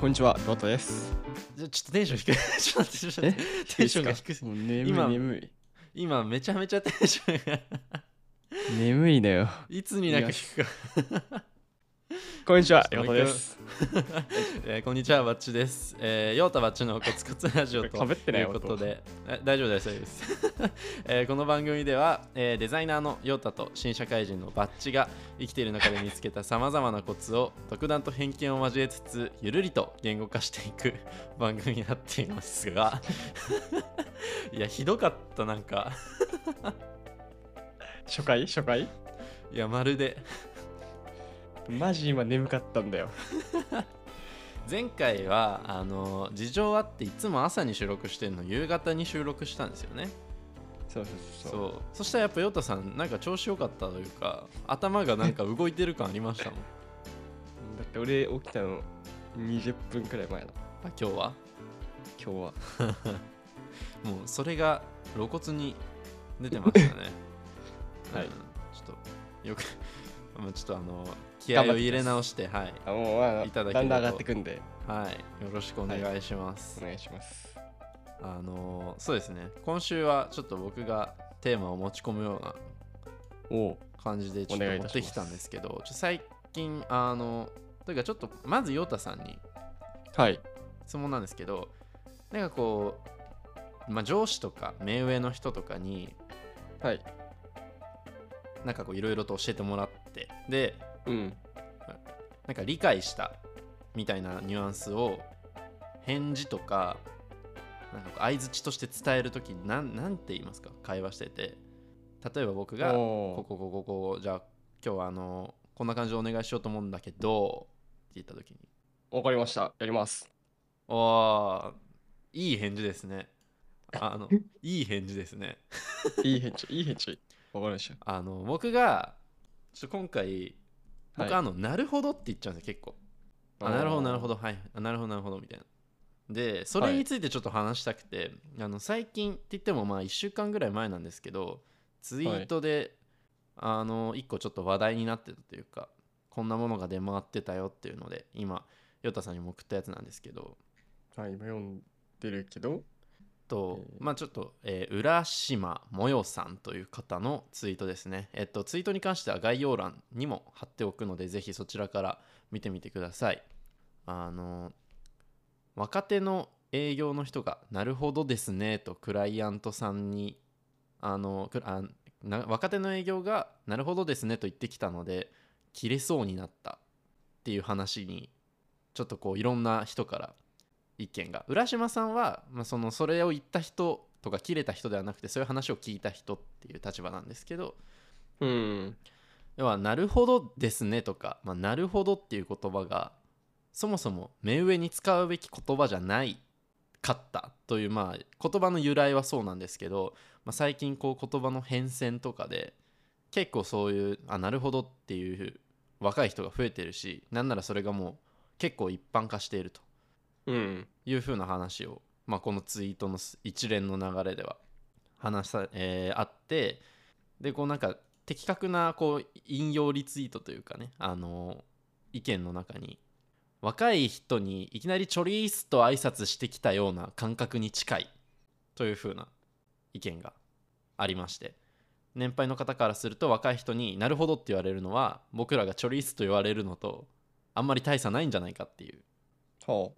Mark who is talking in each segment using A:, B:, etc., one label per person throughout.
A: こんにちは、ロットです。
B: じゃちょっとテンション低い。ちょっと待ってちょっと待ってテンションが低
A: い。
B: い。
A: もう眠い
B: 今
A: 眠い。
B: 今めちゃめちゃテンションが
A: 眠いだよ。
B: いつになく低く。
A: こんにちは、
B: ち
A: ロ
B: ょっ
A: ット
B: ともう一
A: で
B: 回
A: す。
B: えーこんにちは、バッチです。えー、ヨータバッチのコツコツラジオ と
A: かぶってない
B: ということで、え大丈夫です、大丈夫です。 えーこの番組では、えーデザイナーのヨータと新社会人のバッチが生きている中で見つけたさまざまなコツを独断と偏見を交えつつ、ゆるりと言語化していく 番組になっていますが、 いや、ひどかった、なんか、
A: 初回初回
B: いや、まるで。
A: マジ今眠かったんだよ。
B: 前回はあの事情あっていつも朝に収録してるの夕方に収録したんですよね
A: そうそう
B: そ
A: そううそう。
B: そしたらやっぱヨタさんなんか調子良かったというか頭がなんか動いてる感ありまし たもん
A: だって俺起きたの20分くらい前だ。
B: あ今日は
A: 今日は。
B: もうそれが露骨に出てましたね
A: はい
B: うんちょっとよく もうちょっとあの気合を入れ直してはい、
A: あもうまあ
B: いただけ
A: だ
B: れば
A: んだん上がってくんで、
B: はい、よろしくお願いします、
A: お願いします。
B: あのそうですね今週はちょっと僕がテーマを持ち込むような
A: おう
B: 感じでちょっと
A: お願いいた
B: 持っ
A: します
B: てきたんですけどちょ最近あのというかちょっとまずヨタさんに
A: はい。
B: 質問なんですけどなんかこう、まあ、上司とか目上の人とかに
A: はい。
B: なんかこういろいろと教えてもらってで
A: うん。
B: なんか理解したみたいなニュアンスを返事とかなんかこう相づちとして伝える時になんなんて言いますか会話してて例えば僕がこ
A: お
B: こここここじゃあ今日はあのこんな感じでお願いしようと思うんだけどって言った時に
A: うわかりました。やります。
B: ああいい返事ですねあのいい返事ですね
A: いい返事、いい返事。わかりまし
B: あの僕がちょっと今回
A: た。
B: 僕、
A: は
B: あのなるほどって言っちゃうんですよ結構
A: お
B: あ
A: ー
B: なるほどなるほどはいあなるほどなるほどみたいなでそれについてちょっと話したくて、あの最近って言ってもまあ1週間ぐらい前なんですけどツイートで、あの1個ちょっと話題になってたというかこんなものが出回ってたよっていうので今ヨタさんにも送ったやつなんですけど
A: い。はい、今読んでるけど。
B: と、
A: え
B: まあちょっと、えー浦島もよさんという方のツイートですね。えっと、ツイートに関しては概要欄にも貼っておくので、ぜひそちらから見てみてください。あの、若手の営業の人が、なるほどですね、とクライアントさんに、あの、くあな若手の営業が、なるほどですね、と言ってきたので、切れそうになったっていう話に、ちょっとこう、いろんな人から意見が浦島さんは、まあ、そのそれを言った人とか切れた人ではなくてそういう話を聞いた人っていう立場なんですけど
A: うん。
B: 要は「なるほどですね」とか「まあ、なるほど」っていう言葉がそもそも目上に使うべき言葉じゃないかったというまあ言葉の由来はそうなんですけど、まあ、最近こう言葉の変遷とかで結構そういう「あなるほど」っていう若い人が増えてるしなんならそれがもう結構一般化していると。
A: うん。
B: いう風な話を、まあ、このツイートのす一連の流れでは話さ、えーあってでこうなんか的確なこう引用リツイートというかねあの意見の中に若い人にいきなりチョリースと挨拶してきたような感覚に近いという風な意見がありまして年配の方からすると若い人になるほどって言われるのは僕らがチョリースと言われるのとあんまり大差ないんじゃないかっていう
A: ほ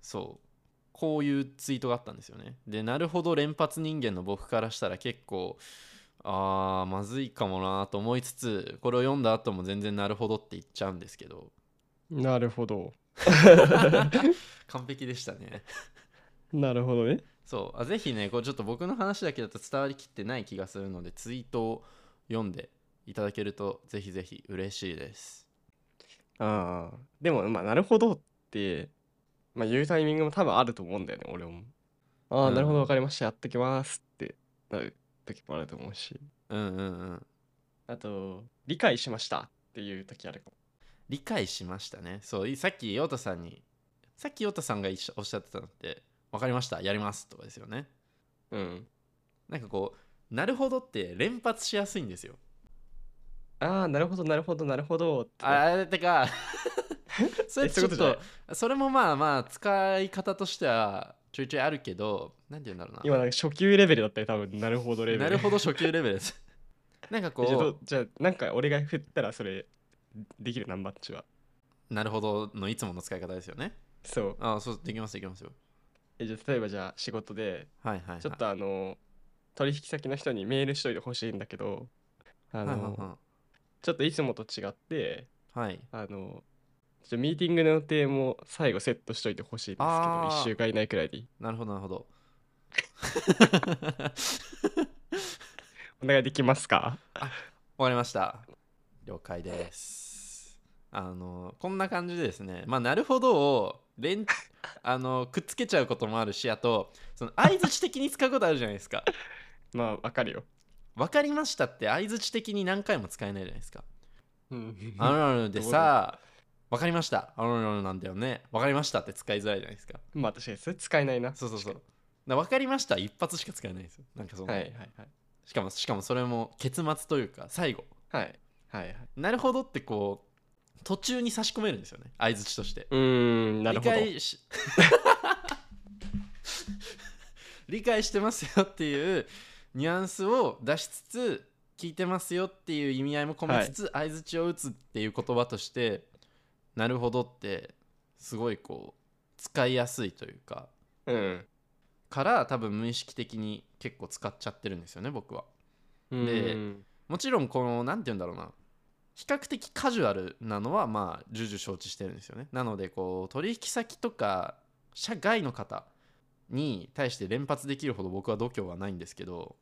B: そうこういうツイートがあったんですよねでなるほど連発人間の僕からしたら結構あーまずいかもなと思いつつこれを読んだ後も全然なるほどって言っちゃうんですけど
A: う。なるほど。
B: 完璧でしたね
A: なるほどね。
B: そうあぜひねこうちょっと僕の話だけだと伝わりきってない気がするのでツイートを読んでいただけるとぜひぜひ嬉しいです
A: ああ。でも、まあ、なるほどって、まあ、言うタイミングも多分あると思うんだよね、俺も。ああ、
B: うん
A: なるほど、わかりました。やってきますってなる時もあると思うし。
B: うんうんうん
A: あと、理解しましたっていう時あるかも。
B: 理解しましたねそういさっき陽太さんにさっき陽太さんが一緒おっしゃってたのって分かりましたやりますとかですよね
A: うん。
B: なんかこう、なるほどって連発しやすいんですよ。
A: ああ、なるほど、なるほど、なるほどって。
B: あれてか、それ
A: えそ
B: ち
A: ういうことと
B: ょっ
A: じゃない
B: それもまあまあ使い方としてはちょいちょいあるけどなんて言うんだろうな
A: 今なんか初級レベルだったよ多分なるほどレベル
B: なるほど初級レベルです なんか
A: えじゃあど
B: こ
A: うじゃあなんか俺が振ったらそれできるナンバッチは
B: うなるほどのいつもの使い方ですよね
A: そう
B: ああそうできますできますよ
A: えじゃあ例えばじゃあ仕事で
B: はいはい、はい、
A: ちょっとあの取引先の人にメールしといてほしいんだけどあ
B: あ
A: の、
B: はいはいは
A: ちょっといつもと違って
B: いはい
A: あのちょっとミーティングの予定も最後セットしといてほしいんですけど
B: あー
A: 1週間以内くらいで
B: なるほどなる ほど
A: お願いできますか
B: わかりました。了解です。あの、こんな感じでですね、まあ、なるほどを連、 あの、くっつけちゃうこともあるし、あと、その、相づち的に使うことあるじゃないですか。
A: まあわかるよ、
B: わかりましたって、相づち的に何回も使えないじゃないですか。
A: うん、
B: あのあのでさ、わかりました。あのあのなんだよね。わかりましたって使いづらいじゃないですか。
A: まあ確かにそれ使えないな
B: そうそうそう。だ
A: 確
B: か
A: から
B: わかりました一発しか使えないんですよ。なんかその、
A: にはいはいはい
B: しかも、しかもそれも結末というか、最後。
A: はいはいはい
B: なるほどってこう途中に差し込めるんですよね相づちとして
A: うーんなるほど
B: 理解し 理解してますよっていうニュアンスを出しつつ聞いてますよっていう意味合いも込めつつ、相づちを打つっていう言葉としてなるほどってすごいこう使いやすいというか
A: うん
B: から多分無意識的に結構使っちゃってるんですよね僕はで
A: うん
B: もちろんこの何て言うんだろうな比較的カジュアルなのはまあ重々承知してるんですよねなのでこう取引先とか社外の方に対して連発できるほど僕は度胸はないんですけど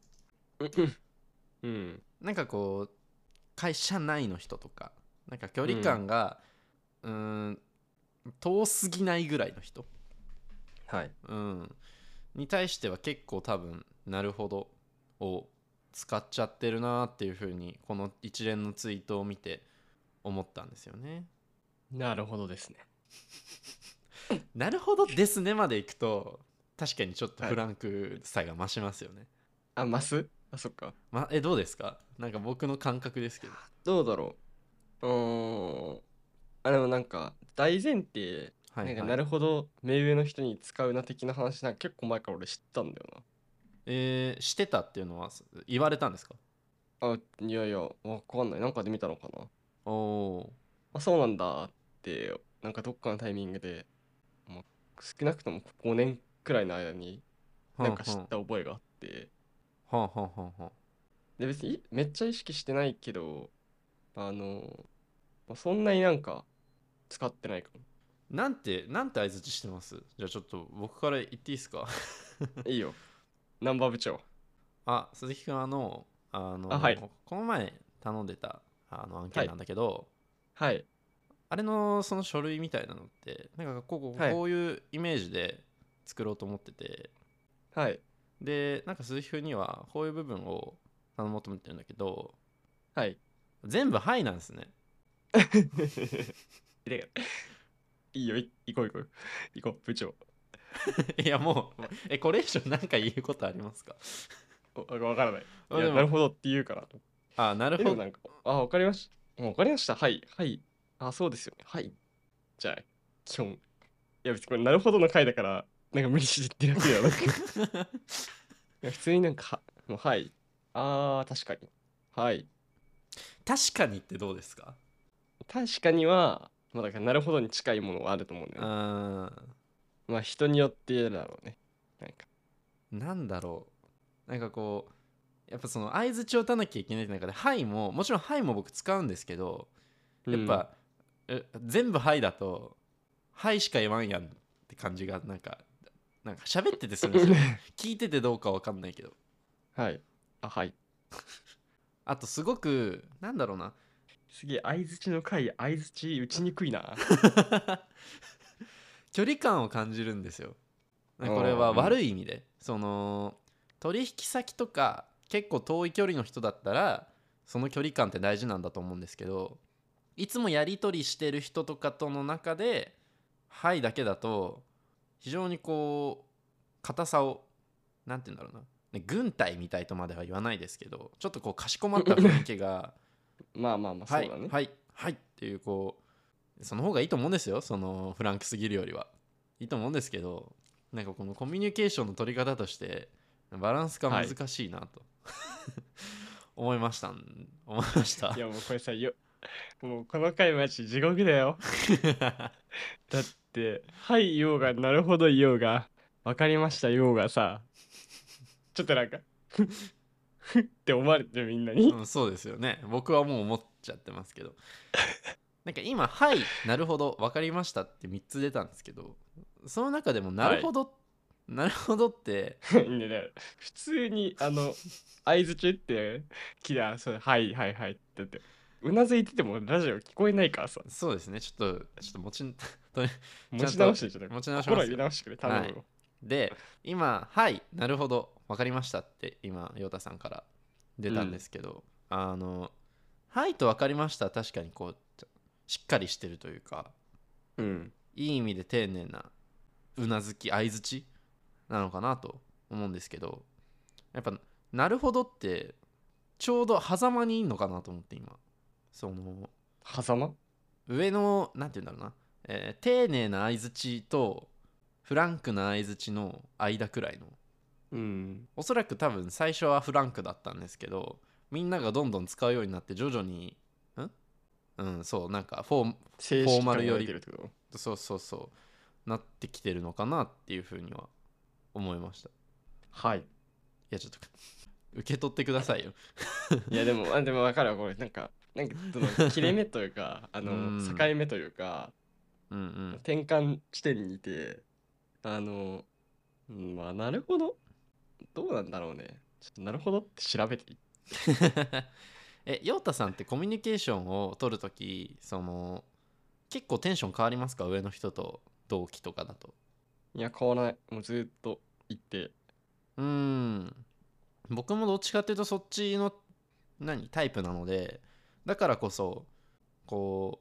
A: うん
B: なんかこう会社内の人とかなんか距離感がうーん遠すぎないぐらいの人、
A: はい
B: うん、に対しては結構多分なるほどを使っちゃってるなっていうふうにこの一連のツイートを見て思ったんですよね。
A: なるほどですね
B: なるほどですねまでいくと確かにちょっと
A: はい
B: フランクさが増しますよね。
A: あマスあそっか
B: ま、えどうですかなんか僕の感覚ですけど。
A: どうだろううーんあでもなんか大前提
B: はいはい
A: なんかなるほど目上の人に使うな的な話なんか結構前から俺知ったんだよ
B: えーしてたっていうのは言われたんですか
A: なあいやいやわかんないなんかで見たのかな
B: おお
A: あそうなんだってなんかどっかのタイミングで、まあ、少なくとも5年くらいの間に
B: ー。
A: なんか知
B: は
A: った覚えがあって
B: あはあはあはあはあ
A: で別にめっちゃ意識してないけどあの、まあ、そんなになんか使ってないかも
B: なんてなんて相づちしてますじゃあちょっと僕から言っていいですか
A: いいよ南波部長
B: あ鈴木君あのあの
A: あはい
B: この前頼んでたあの案件なんだけど、
A: はい
B: あれのその書類みたいなのってなんかこうこう
A: はい
B: こういうイメージで作ろうと思ってて、
A: はい
B: でなんか鈴木君にはこういう部分を頼もうと思ってるんだけど
A: はい
B: 全部「はい」なんですね
A: でいいよい行こう行こう行こう部長
B: いやもうえこれ以上なんか言うことありますか
A: おわからないい
B: あで
A: や
B: も
A: なるほどって言うから
B: あなる
A: でも
B: ほ
A: な
B: ど
A: んか、あ、わかりました。もうわかりました。はい。はい。あ、そうですよね。はい。じゃあ、基本。いや、別にこれ、なるほどの回だから、なんか無理して言ってなくてはなく。い や普通になんか、はもう、はい。あー、確かに。はい。
B: 確かにってどうですか
A: 確かには、まあ、だから、なるほどに近いものはあると思うんだ
B: う
A: よね。
B: ーん
A: まあ、人によってだろうね。なんか、
B: なんだろうなんかこうやっぱその相づちを打たなきゃいけないって中で「はい」ももちろん「はい」も僕使うんですけどやっぱ、え全部「はい」だと「はい」しか言わんやんって感じがなんかなんか喋っててするん
A: う
B: です
A: ん、
B: よ 聞いててどうかわかんないけど
A: はい。あ、はい。
B: あとすごくなんだろうな
A: すげえ、相づちの回、相づち打ちにくいな。
B: 距離感を感じるんですよこれは悪い意味でその取引先とか結構遠い距離の人だったらその距離感って大事なんだと思うんですけどいつもやり取りしてる人とかとの中で「はい」だけだと非常にこう硬さをなんて言うんだろうなね軍隊みたいとまでは言わないですけどちょっとこうかしこまった雰囲気が
A: まあまあまあ、
B: は
A: そ
B: いう
A: だね。
B: はいはいっていうこうその方がいいと思うんですよそのフランクすぎるよりはいいと思うんですけどなんかこのコミュニケーションの取り方としてバランスが
A: はい
B: 難しいなと、 思いましたん思いました
A: いやもうこれさよもうこの回マジ地獄だ よだって「はい」ようが「なるほど」ようが「わかりました」ようがさちょっとなんかふっふっって思われてるみんなに、
B: うん、そうですよね僕はもう思っちゃってますけどなんか今「はいなるほど分かりました」って3つ出たんですけどその中でも「なるほど」なるほど」って
A: ねね普通にあの相づちってキラそれはいはいはいって言ってうなずいててもラジオ聞こえないからさ
B: そうですねちょっとちょっと持ち
A: 持ち直してちょっと
B: 持ち直し
A: 心
B: ま
A: を入
B: す
A: れ
B: よ
A: 直してくれ頼むよ、
B: で今「はいなるほど分かりました」って今陽太さんから出たんですけど、あの「はい」と「分かりました」確かにこうしっかりしてるというか
A: うん
B: いい意味で丁寧なうなずき相づちなのかなと思うんですけどやっぱ「なるほど」ってちょうど狭間にいんのかなと思って今その
A: 狭間
B: 上のなんて言うんだろうな、えー丁寧な相づちとフランクな相づちの間くらいの
A: うん
B: おそらく多分最初はフランクだったんですけどみんながどんどん使うようになって徐々にんうんそうなんかフォーム
A: 正
B: フォ
A: 式
B: ー
A: 感
B: マ
A: が
B: ルよ
A: 出
B: り
A: てるってこと
B: そうそうそうなってきてるのかなっていうふうには思いましたい
A: はい
B: やちょっと 受け取ってくださいよ
A: いやでもあでも分かるわこれなんかなんかその切れ目というかあ
B: う
A: の境
B: ん
A: 目というか
B: うんうん
A: 転換地点にいてあのうんまあなるほどどうなんだろうねちょっとなるほどって調べてい
B: え陽太さんってコミュニケーションを取るときその結構テンション変わりますか上の人と同期とかだと
A: いや変わらないもうずっと言って
B: うーん僕もどっちかっていうとそっちの何タイプなのでだからこそこ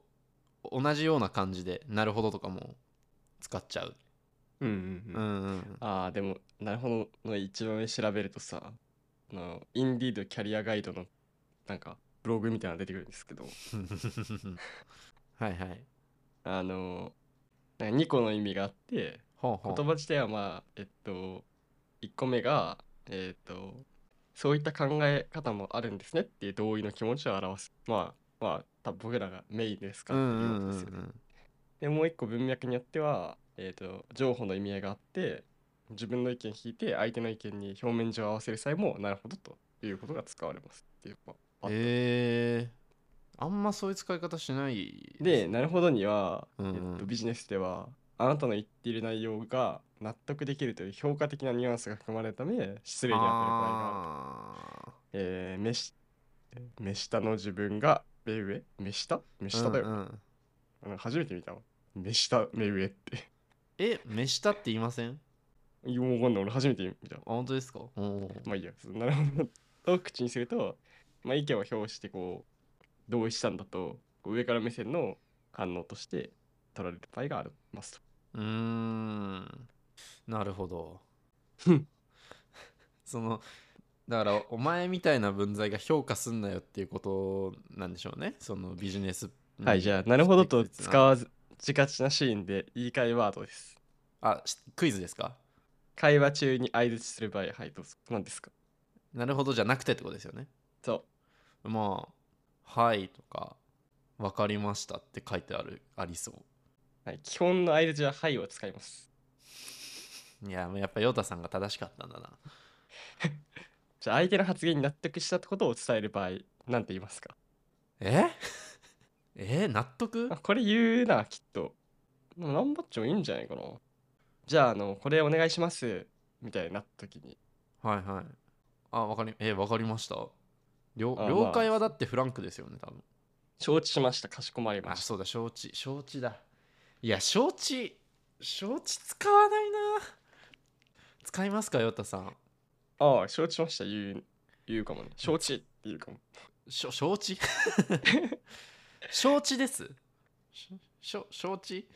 B: う同じような感じで「なるほど」とかも使っちゃう、
A: うん
B: うんうん、
A: ああでもなるほどの一番上調べるとさあのインディードキャリアガイドのなんかブログみたいなの出てくるんですけど
B: はいはい。
A: あのなんか2個の意味があって
B: ほうほう
A: 言葉自体はまあえっと1個目がえっとそういった考え方もあるんですねっていう同意の気持ちを表すまあまあ多分僕らがメインですか
B: う
A: らっ
B: ん
A: て
B: う
A: いうんこ
B: う
A: とで
B: ん
A: す
B: う
A: よね。
B: ん
A: でもう1個文脈によってはえっと情報の意味合いがあって自分の意見聞いて相手の意見に表面上合わせる際もなるほどということが使われますっていうまあパターン
B: えー、あんまそういう使い方しない
A: で、なるほどには、
B: うんうん
A: えっと、ビジネスでは、あなたの言っている内容が納得できるという評価的なニュアンスが含まれるため、失礼に当たる場合がある。
B: あ
A: えー目し目下の自分が目上目下目
B: ー
A: 下だよ、
B: うんうん
A: あの初めて見たわ。目下、目上って。
B: え目下って言いません
A: いやもうわかんない。俺初めて見たわ
B: あ。本当ですかおー
A: まあいいや、その なるほど。を口にすると、まあ、意見を表してこう、同意したんだと、こう上から目線の反応として取られる場合がありますと。
B: うーんなるほど
A: ふん
B: そのだからお前みたいな文在が評価すんなよっていうことなんでしょうねそのビジネス
A: はい、じゃあ、なるほどと
B: 不適切
A: 使わずがちなシーンで言い換えワードです。
B: あしクイズですか
A: 会話中に相づちする場合、はい、どうぞ。何ですか
B: なるほどじゃなくてってことですよね
A: そう。
B: まあ「はい」とか「わかりました」って書いてあるありそ
A: はい、基本の相づちははいを使います。
B: ういややっぱヨタさんが正しかったんだな
A: じゃあ、相手の発言に納得したことを伝える場合、なんて言いますか
B: え え納得
A: あこれ言うな、きっと。でもナンバッチもいいんじゃないかな。じゃあ、あの、これお願いします。みたいになった時に。
B: はいはいあわかりえわかりました了
A: あ
B: 了解はだってフランクですよね多分
A: 承知しました。かしこまりま
B: あ
A: し
B: そうだ承知承知だいや承知承知使わないな使いますかヨタさん
A: た。ああ、承知しました。言う、言うかもね。承知って言うかも。
B: しょ承 知承知ですししょ承知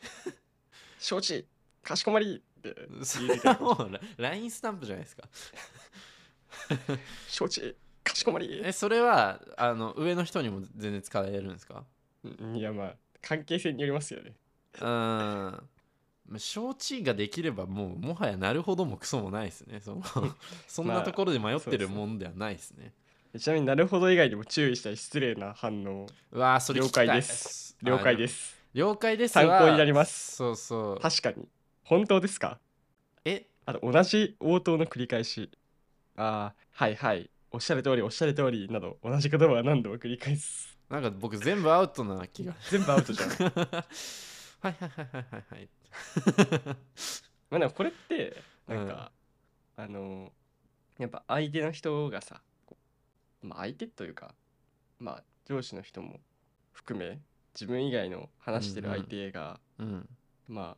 A: 承知かしこまりって
B: そ
A: 言
B: れ
A: う時あ
B: は
A: る
B: もうラ LINE スタンプじゃないですか
A: 承知かしこまり
B: えそれはあの上の人にも全然使えるんですか
A: うんいやまあ関係性によりますよね。
B: うんまあ承知ができればもうもはやなるほどもクソもないです ねそのそんなところで迷ってるもんではないですね、
A: ちなみになるほど以外にも注意したり失礼な反応。
B: うわーそれ聞きたい
A: 了解です了解ですす。
B: 了解です
A: 参考
B: は
A: になります
B: そうそう
A: 確かに。本当ですか
B: え
A: あと同じ応答の繰り返し。ああ、はいはい。おっしゃる通りおっしゃる通りなど同じ言葉は何度も繰り返す。
B: なんか僕全部アウトな気が
A: 全部アウトじゃ ん。
B: はいはいはいはいはいはい
A: まあでもこれってなんか、あのやっぱ相手の人がさこうまあ相手というかまあ上司の人も含め自分以外の話してる
B: うんうん
A: 相手が、
B: うん
A: まあ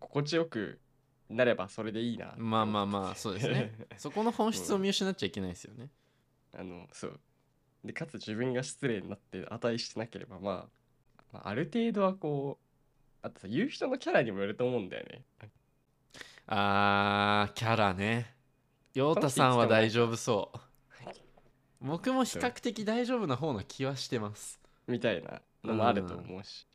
A: 心地よくなればそれでいいな
B: まあまあまあそうです ねそこの本質を見失っちゃいけないですよね
A: あのそうでかつ自分が失礼になって値してなければ、まあ、まあある程度はこうあとさ言う人のキャラにもよると思うんだよね
B: あーキャラね陽太さんは大丈夫そう僕も比較的大丈夫な方な気はしてます
A: みたいなのもあると思うし、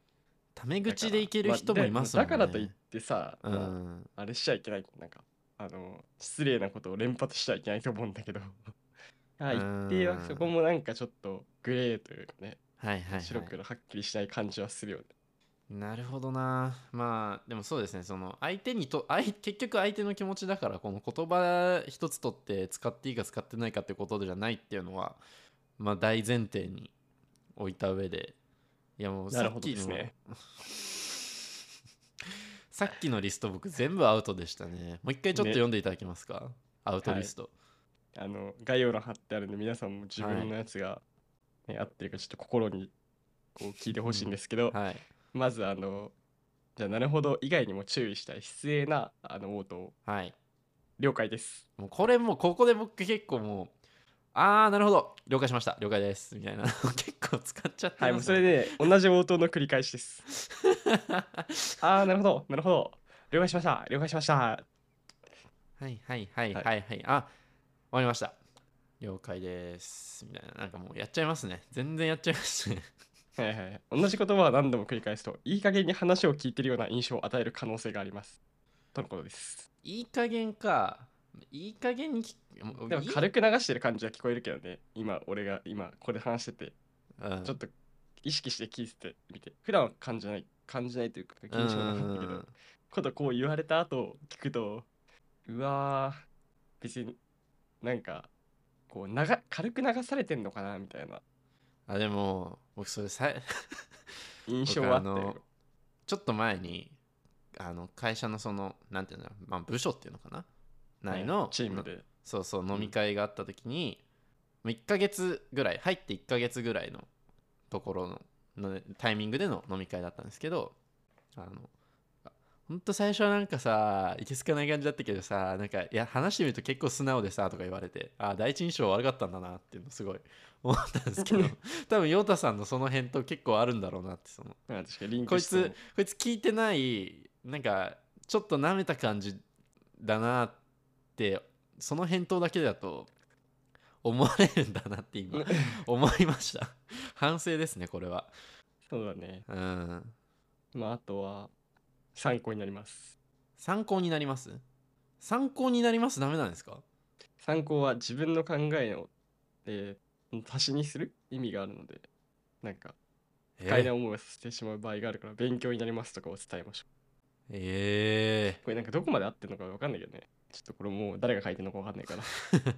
B: タメ
A: だから
B: 口でいける人もいますもんね、
A: あだだからといってさ、
B: う
A: まあ
B: ん
A: あれしちゃいけないなんかあの失礼なことを連発しちゃいけないと思うんだけど あ一定
B: う
A: は
B: ん
A: そこもなんかちょっとグレーというかね
B: はいはい、はい、
A: 白黒はっきりしない感じはするよね、
B: なるほどなまあでもそうですねその相手にと相結局相手の気持ちだからこの言葉一つとって使っていいか使ってないかってことじゃないっていうのはまあ大前提に置いた上でいやもう
A: な
B: さ
A: る
B: っ
A: ほどで
B: きの、
A: すね
B: さっきのリスト僕全部アウトでしたねもう一回ちょっと
A: ね
B: 読んでいただけますか、アウトリスト、
A: あの概要欄貼ってあるんで皆さんも自分のやつが、ね合ってるかちょっと心にこう聞いてほしいんですけど、
B: はい
A: まずあのじゃあなるほど以外にも注意したい失礼なあの応答
B: はい
A: 了解です
B: もうこれもうここで僕結構もうああなるほど了解しました了解ですみたいな 結構使っちゃって
A: はいも
B: ま
A: う
B: す
A: そ
B: ね
A: れで同じ応答の繰り返しです ああなるほどなるほど了解しました了解しました
B: はいはいはいは
A: はいい
B: はい、あ終わりました了解ですみたいななんかもうやっちゃいますね全然やっちゃいますね
A: はいはいはい、同じ言葉は何度も繰り返すといい加減に話を聞いてるような印象を与える可能性がありますとのことです
B: いい加減かいい加減にきもう
A: でも
B: いい
A: 軽く流してる感じは聞こえるけどね今俺が今これ話してて
B: うん
A: ちょっと意識して聞いてみて普段は感じない感じないというか
B: うん
A: 印象なかったけどことこう言われた後聞くとうわー別になんかこう流軽く流されてんのかなみたいな
B: あでも僕それさい
A: 印象はあった
B: 僕あの
A: よ
B: ちょっと前にあの会社のそのなんていうんだろう、まあ、部署っていうのかな内の、
A: はいチームで
B: そうそう
A: うん
B: 飲み会があった時に、もう1ヶ月ぐらい入って1ヶ月ぐらいのところののタイミングでの飲み会だったんですけどあのあほんと最初はなんかさいけすかない感じだったけどさなんかいや話してみると結構素直でさとか言われてあ第一印象悪かったんだなっていうのすごい思ったんですけど多分陽太さんのその辺と結構あるんだろうなってその
A: うん確かにリン
B: こ
A: ク
B: い
A: して
B: つ
A: も
B: こいつ聞いてないなんかちょっと舐めた感じだなってその返答だけだと思われるんだなって今思いました反省ですねこれは
A: そうだね
B: うん
A: まああとは参考になります
B: 参考になります参考になりますダメなんですか
A: 参考は自分の考えを、えー足しにする意味があるのでなんか不快な思いをさせてしまう場合があるから勉強になりますとかを伝えましょ
B: え
A: うこれなんかどこまで合ってるのかわかんないけどねちょっとこれもう誰が書いてるのかわかんないから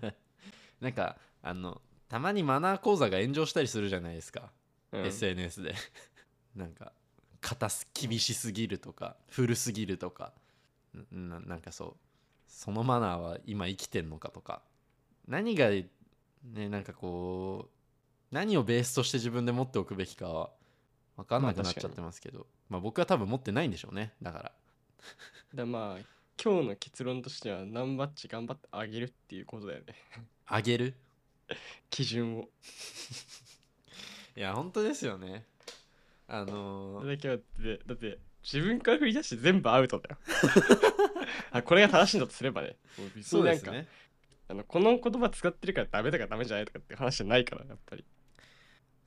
B: え なんかあのたまにマナー講座が炎上したりするじゃないですか
A: うん
B: SNS で なんか硬す厳しすぎるとか古すぎるとかななんかそうそのマナーは今生きてんのかとか何がねなんかこう何をベースとして自分で持っておくべきかは分かんなくなっちゃってますけど、まあ僕は多分持ってないんでしょうねだから
A: だまあ今日の結論としては何バッチ頑張ってあげるっていうことだよね
B: あげる
A: 基準を
B: いや本当ですよねあ
A: そ
B: のー
A: れだけはだってだって自分から振り出して全部アウト だよあこれが正しいんだとすればねもう別
B: そ
A: に
B: う
A: な
B: で
A: ん
B: す
A: か
B: ね
A: あのこの言葉使ってるからダメだからダメじゃないとかって話じゃないからやっぱり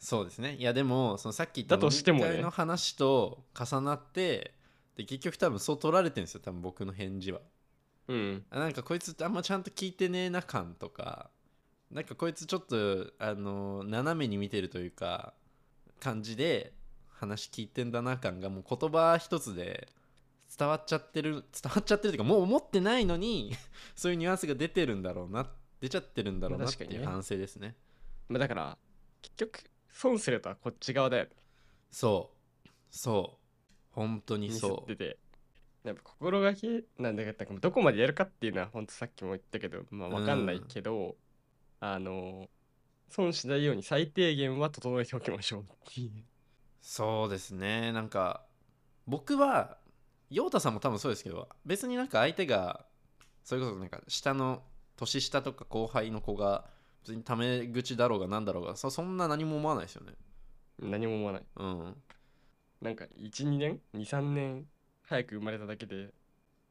B: そうですねいやでもそのさっき言った
A: だとしてもね
B: 飲み会の話と重なってで結局多分そう取られてるんですよ多分僕の返事は
A: うん。
B: あなんかこいつあんまちゃんと聞いてねえな感とかなんかこいつちょっとあの斜めに見てるというか感じで話聞いてんだな感がもう言葉一つで伝わっちゃってる伝わっちゃってるというかもう思ってないのにそういうニュアンスが出てるんだろうな出ちゃってるんだろうなって
A: まあ確
B: い
A: か
B: う
A: にね
B: 反省ですね
A: まあ、だから、結局、損するとはこっち側だよね。
B: そうそう本当に
A: ミスっ
B: そう
A: てて。やっぱ心がけなんだかなんかどこまでやるかっていうのは本当さっきも言ったけど、まあ、わかんないけど、あの損しないように最低限は整えておきましょうっていう
B: そうですねなんか僕は陽太さんも多分そうですけど別になんか相手がそれこそなんか下の年下とか後輩の子が別にタメ口だろうがなんだろうがそそんな何も思わないですよね
A: 何も思わない
B: うん
A: なんか12年23年早く生まれただけで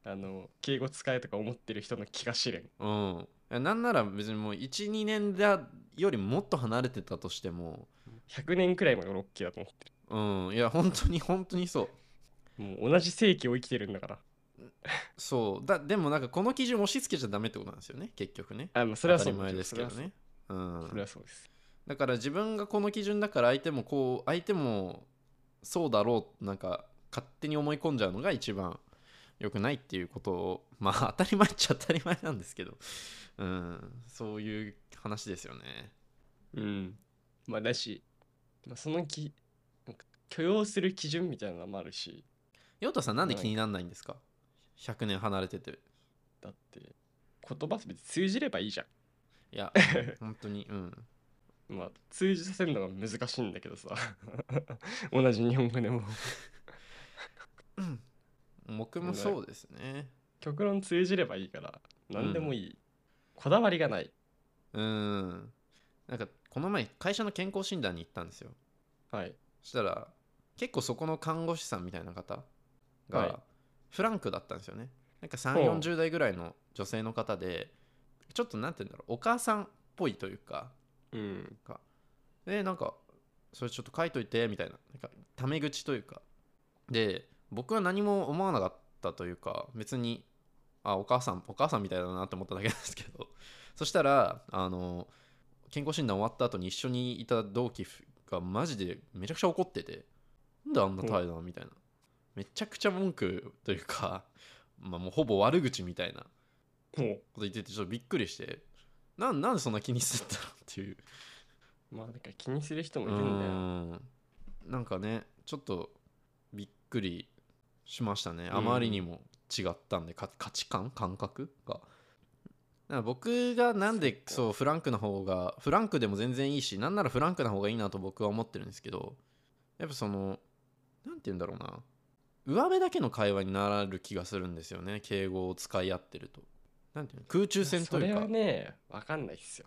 A: あの敬語使えとか思ってる人の気が知れん
B: うんいやなんなら別にもう12年だよりもっと離れてたとしても
A: 100年くらい前がロッキーだと思って
B: うんいや本当に本当にそう
A: るもう同じ世紀を生きてるんだから
B: そうだでもなんかこの基準押し付けちゃダメってことなんですよね結局ね
A: あ、まあ、それは
B: 当
A: そ
B: た
A: う
B: り前ですけど
A: それは
B: ねうん
A: そうそれはそうです
B: だから自分がこの基準だから相手もこう相手もそうだろうなんか勝手に思い込んじゃうのが一番良くないっていうことをまあ当たり前っちゃ当たり前なんですけど うんそういう話ですよね
A: うんまあだし、まあ、そのきなんか許容する基準みたいなのもあるし
B: 陽太さんなんで気にならないんですか100年離れてて
A: だって言葉別に通じればいいじゃ
B: いや本当にうん
A: んまあ通じさせるのが難しいんだけどさ 同じ日本語でも
B: 僕もそうですね
A: 極論通じればいいから何でもいい、こだわりがない
B: うんなんかこの前会社の健康診断に行ったんですよ
A: はい
B: そしたら結構そこの看護師さんみたいな方
A: はい
B: がフランクだったんですよねなんか
A: ほう
B: 3 4 0代ぐらいの女性の方でちょっとなんて言うんだろうお母さんっぽいというか
A: うん
B: でなんかそれちょっと書いといてみたいななんかタメ口というかで僕は何も思わなかったというか別にあお母さんお母さんみたいだなと思っただけなんですけどそしたらあの健康診断終わった後に一緒にいた同期がマジでめちゃくちゃ怒っててなんであんな態度なのみたいなめちゃくちゃ文句というか、まあ、もうほぼ悪口みたいな
A: も
B: こと言っててちょっとびっくりしてなんなんでそんな気にすったのっていう
A: うまあなんか気にする人も
B: う
A: いるんだよ
B: んなんかねちょっとびっくりしました
A: う
B: ね
A: ん
B: あまりにも違ったんで、か価値観感覚がだから僕がなんで
A: そ
B: そうフランクな方がフランクでも全然いいしなんならフランクな方がいいなと僕は思ってるんですけどやっぱそのなんて言うんだろうな上辺だけの会話になる気がするんですよね敬語を使い合ってるとなんていうの空中戦
A: そ
B: とい
A: れ
B: うか
A: はねわかんないっすよ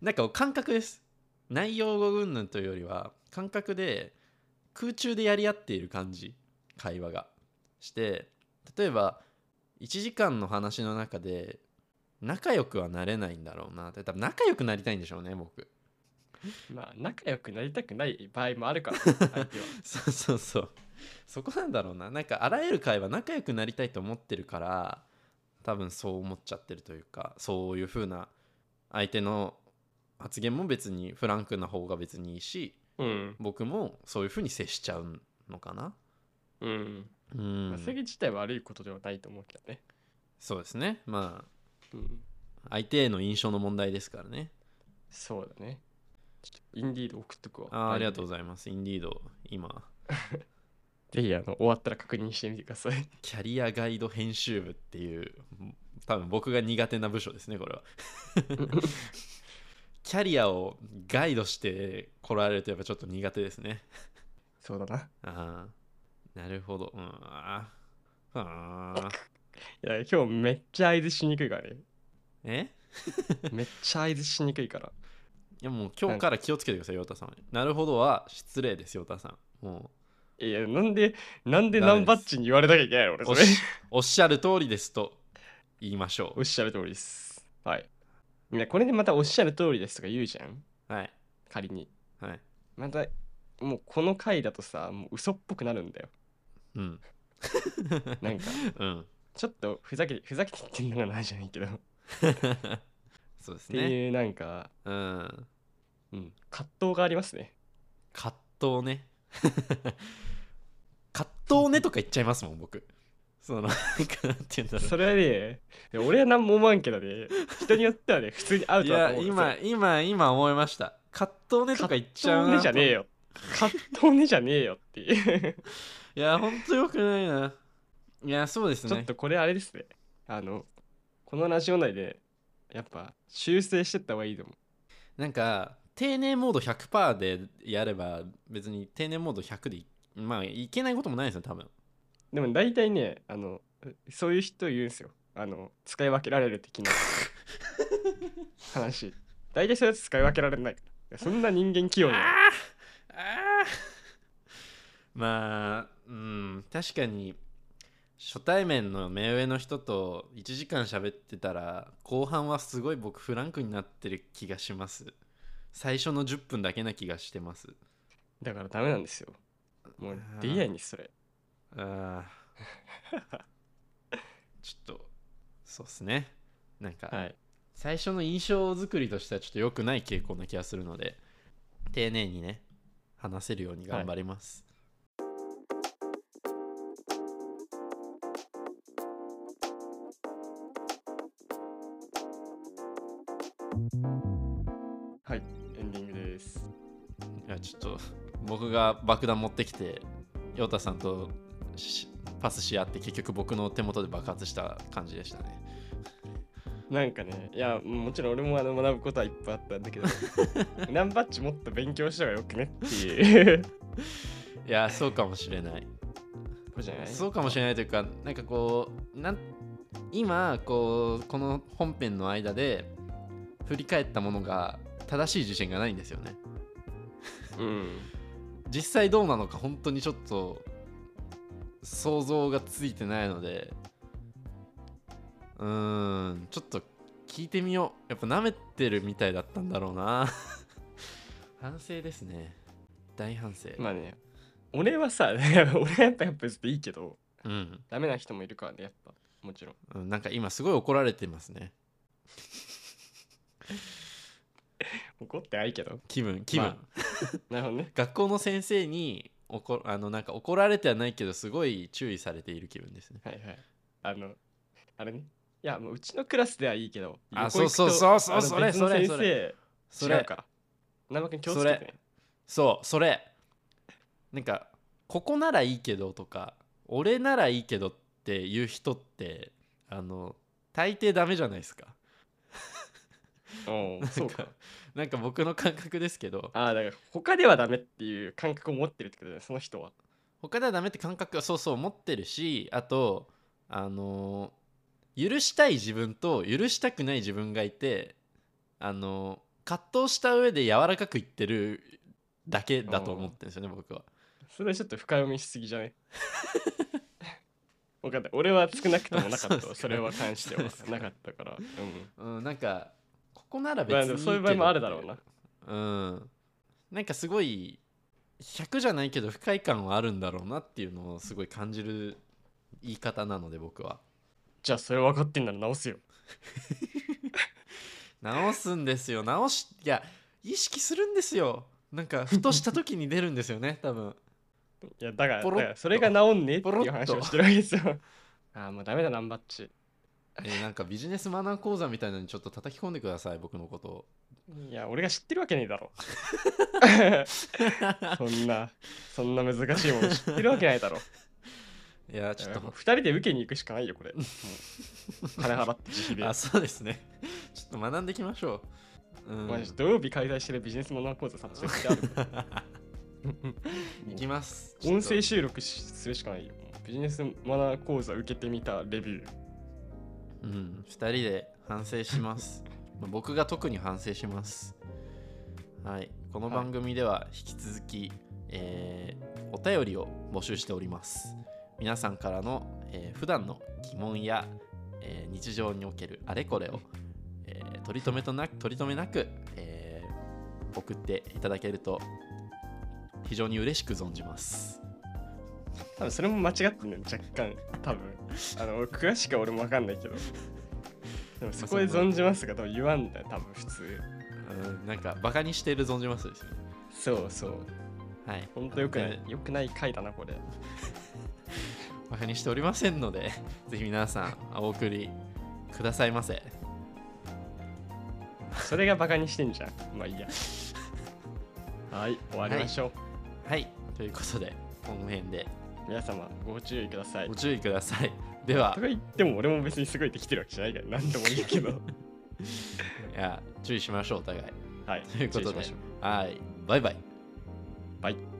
B: なんか感覚です内容語云々というよりは感覚で空中でやり合っている感じ会話がして例えば1時間の話の中で仲良くはなれないんだろうなって多分仲良くなりたいんでしょうね僕
A: まあ仲良くなりたくない場合もあるから 相手は
B: そうそうそうそこなんだろうななんかあらゆる会話仲良くなりたいと思ってるから多分そう思っちゃってるというかそういう風な相手の発言も別にフランクな方が別にいいし
A: うん
B: 僕もそういうふうに接しちゃうのかな
A: うん、
B: う
A: ま
B: ん
A: あ、それ自体は悪いことではないと思うけどね
B: そうですねま
A: うん
B: あ相手への印象の問題ですからね
A: そうだねちょっとインディード送っとくわ
B: あーありがとう
A: う
B: ございますインディード今
A: ぜひあの終わったら確認してみてください
B: キャリアガイド編集部っていう多分僕が苦手な部署ですねこれ はキャリアをガイドして来られるとやっぱちょっと苦手ですね
A: そうだな
B: ああなるほどうんあーあー
A: いや今日めっちゃ合図しにくいからね
B: え
A: めっちゃ合図しにくいから
B: いやもう今日から気をつけてください、ヨタさん。なるほどは失礼です、ヨタさん。も
A: いやなんでなんでナンバッチに言われなきゃいけないの
B: う
A: 俺
B: お
A: それ
B: っし、おっしゃる通りですと言いましょ
A: おっしゃる通りですはいみんなこれでまたおっしゃる通りですとか言うじゃん
B: う。はい。
A: 仮に
B: はい
A: またもうこの回だとさもう嘘っぽくなるんだよ
B: うん
A: なんか
B: うん
A: ちょっとふざけふざけて言ってんのがないじゃないけど、
B: そうです
A: って
B: ね
A: いうなんか、
B: うん
A: うん、葛藤がありますね
B: 葛藤ね 葛藤ねとか言っちゃいますもん僕そのなんかなんて言うんだろう
A: それはねいや俺は何も思わんけどね人によってはね普通にアウ
B: い
A: トだ
B: や
A: と思う
B: 今今今思いました葛藤ねとか言っち
A: 葛
B: ゃ
A: 藤
B: うな
A: ねじゃねえよ葛藤ねじゃねえよっていう
B: いやほんとよくないないやそうですね
A: ちょっとこれあれですね。あの、このラジオ内で、やっぱ修正してった方がいいと思
B: なんか丁寧モード100%でやれば別に丁寧モード100でいまあいけないこともないですよ多分
A: う。でも大体ね、あの、そういう人いるんですよ。あの、使い分けられる的 な話。大体そういうやつ使い分けられないから。いやそんな人間器用な。
B: ああまあうん確かに初対面の目上の人と1時間喋ってたら後半はすごい僕フランクになってる気がします最初の10分だけな気がしてます
A: だからダメなんですよ。もう
B: あー
A: できないんです、それ。
B: あー ちょっとそうっすねなんか、
A: はい。
B: 最初の印象作りとしてはちょっと良くない傾向な気がするので丁寧にね話せるように頑張ります、
A: はい。エンディングです。
B: い、やちょっと僕が爆弾持ってきて陽太さんとしパスし合って結局僕の手元で爆発した感じでしたね
A: なんかね、いや、もちろん俺もあの学ぶことはいっぱいあったんだ けど、ナンバッチもっと勉強した方がよくねっていう。
B: いやそうかもしれない
A: そうじゃない
B: そうかもしれないというかなんかこうなん今こうこの本編の間で振り返ったものが正しい自信がないんですよね
A: うん。
B: 実際どうなのか本当にちょっと想像がついてないのでうーんちょっと聞いてみようやっぱ舐めてるみたいだったんだろうな 反省ですね大反省、
A: まあね、俺はさ、 俺はやっぱやっぱ別にいいけど、
B: うん
A: ダメな人もいるからね、やっぱ、もちろん。
B: うんなんか今すごい怒られてますね
A: 怒ってないけど。
B: 気分気分、
A: まなるほどね。
B: 学校の先生に怒あのなんか怒られてはないけどすごい注意されている気分ですね
A: はいはい。あの、あれね。いや、もううちのクラスではいいけど、
B: あ
A: 横行くと
B: そうそうそうそ
A: あの
B: うそれ
A: 別の
B: それ
A: 先生、
B: そ
A: 違
B: れ
A: うから。南波君気をつけてね。
B: そうそれなんかここならいいけどとか俺ならいいけどっていう人ってあの大抵ダメじゃないですか
A: おう そうか。
B: なんか僕の感覚ですけど
A: ああ、だから他ではダメっていう感覚を持ってるってことだよね、その人は。
B: 他ではダメって感覚はそうそう持ってるしあとあの許したい自分と許したくない自分がいてあの葛藤した上で柔らかく言ってるだけだと思ってるんですよね僕は
A: それはちょっと深読みしすぎじゃない 分かった。俺は少なくともなか
B: あそ
A: っ
B: う
A: た
B: ですか
A: わ。それは関しては
B: そうですか
A: なかったから。うん。
B: うん、なんかここなら別
A: まあ
B: に
A: で
B: い
A: も
B: いけど
A: そういう場合もあるだろうな。
B: うんなんかすごい100じゃないけど不快感はあるんだろうなっていうのをすごい感じる言い方なので僕は
A: じゃあそれ分かってんなら直すよ。
B: 直すんですよ直しいや意識するんですよなんかふとした時に出るんですよね多分
A: いやだから
B: ポロッと
A: だからそれが直んねって
B: ポロッ
A: い
B: と
A: う話をしてるわけですよ。 ああもうダメだナンバッチ。
B: えーなんかビジネスマナー講座みたいなのにちょっと叩き込んでください僕のこと を
A: いや俺が知ってるわけねえだ ろ。そんなそんな難しいもの知ってるわけないだろ。
B: いやちょっ
A: もう
B: と
A: 二人で受けに行くしかないよこれ。もう金払って自費で。
B: あそうですねちょっと学んでいきましょう、うん、
A: マジ土曜日開催してるビジネスマナー講座参加 してある。
B: いきます
A: 音
B: ちょ
A: 声
B: っ
A: 収録しするしかないよ。ビジネスマナー講座受けてみたレビュー。
B: とうん2人で反省します まあ僕が特に反省しますはいこの番組では引き続き、えーお便りを募集しております皆さんからの、えー普段の疑問や、えー日常におけるあれこれを、えー取り留めとなく取り留めなく、えー送っていただけると非常に嬉しく存じます
A: 多分それも間違ってんのよ若干多分あの詳しくは俺も分かん ないけどでもそこで存じますが多分言わんだよ多分普通
B: うんなんかバカにしている存じますですよね
A: そうそう
B: はい
A: ほんとよくな
B: 本
A: いよくない回だなこれ
B: 当にバカにしておりませんので ぜひ皆さんお送りくださいませ
A: それがバカにしてんじゃんまあいいやはい終わりましょう、
B: はいということで本編で
A: 皆様ご注意ください
B: ご注意くださいでは
A: とか言っても俺も別にすごいできてるわけじゃないから何でもいいけど
B: いや注意しましょうお互い
A: はい
B: ということで
A: 注意しましょう
B: はいバイバイ
A: バイ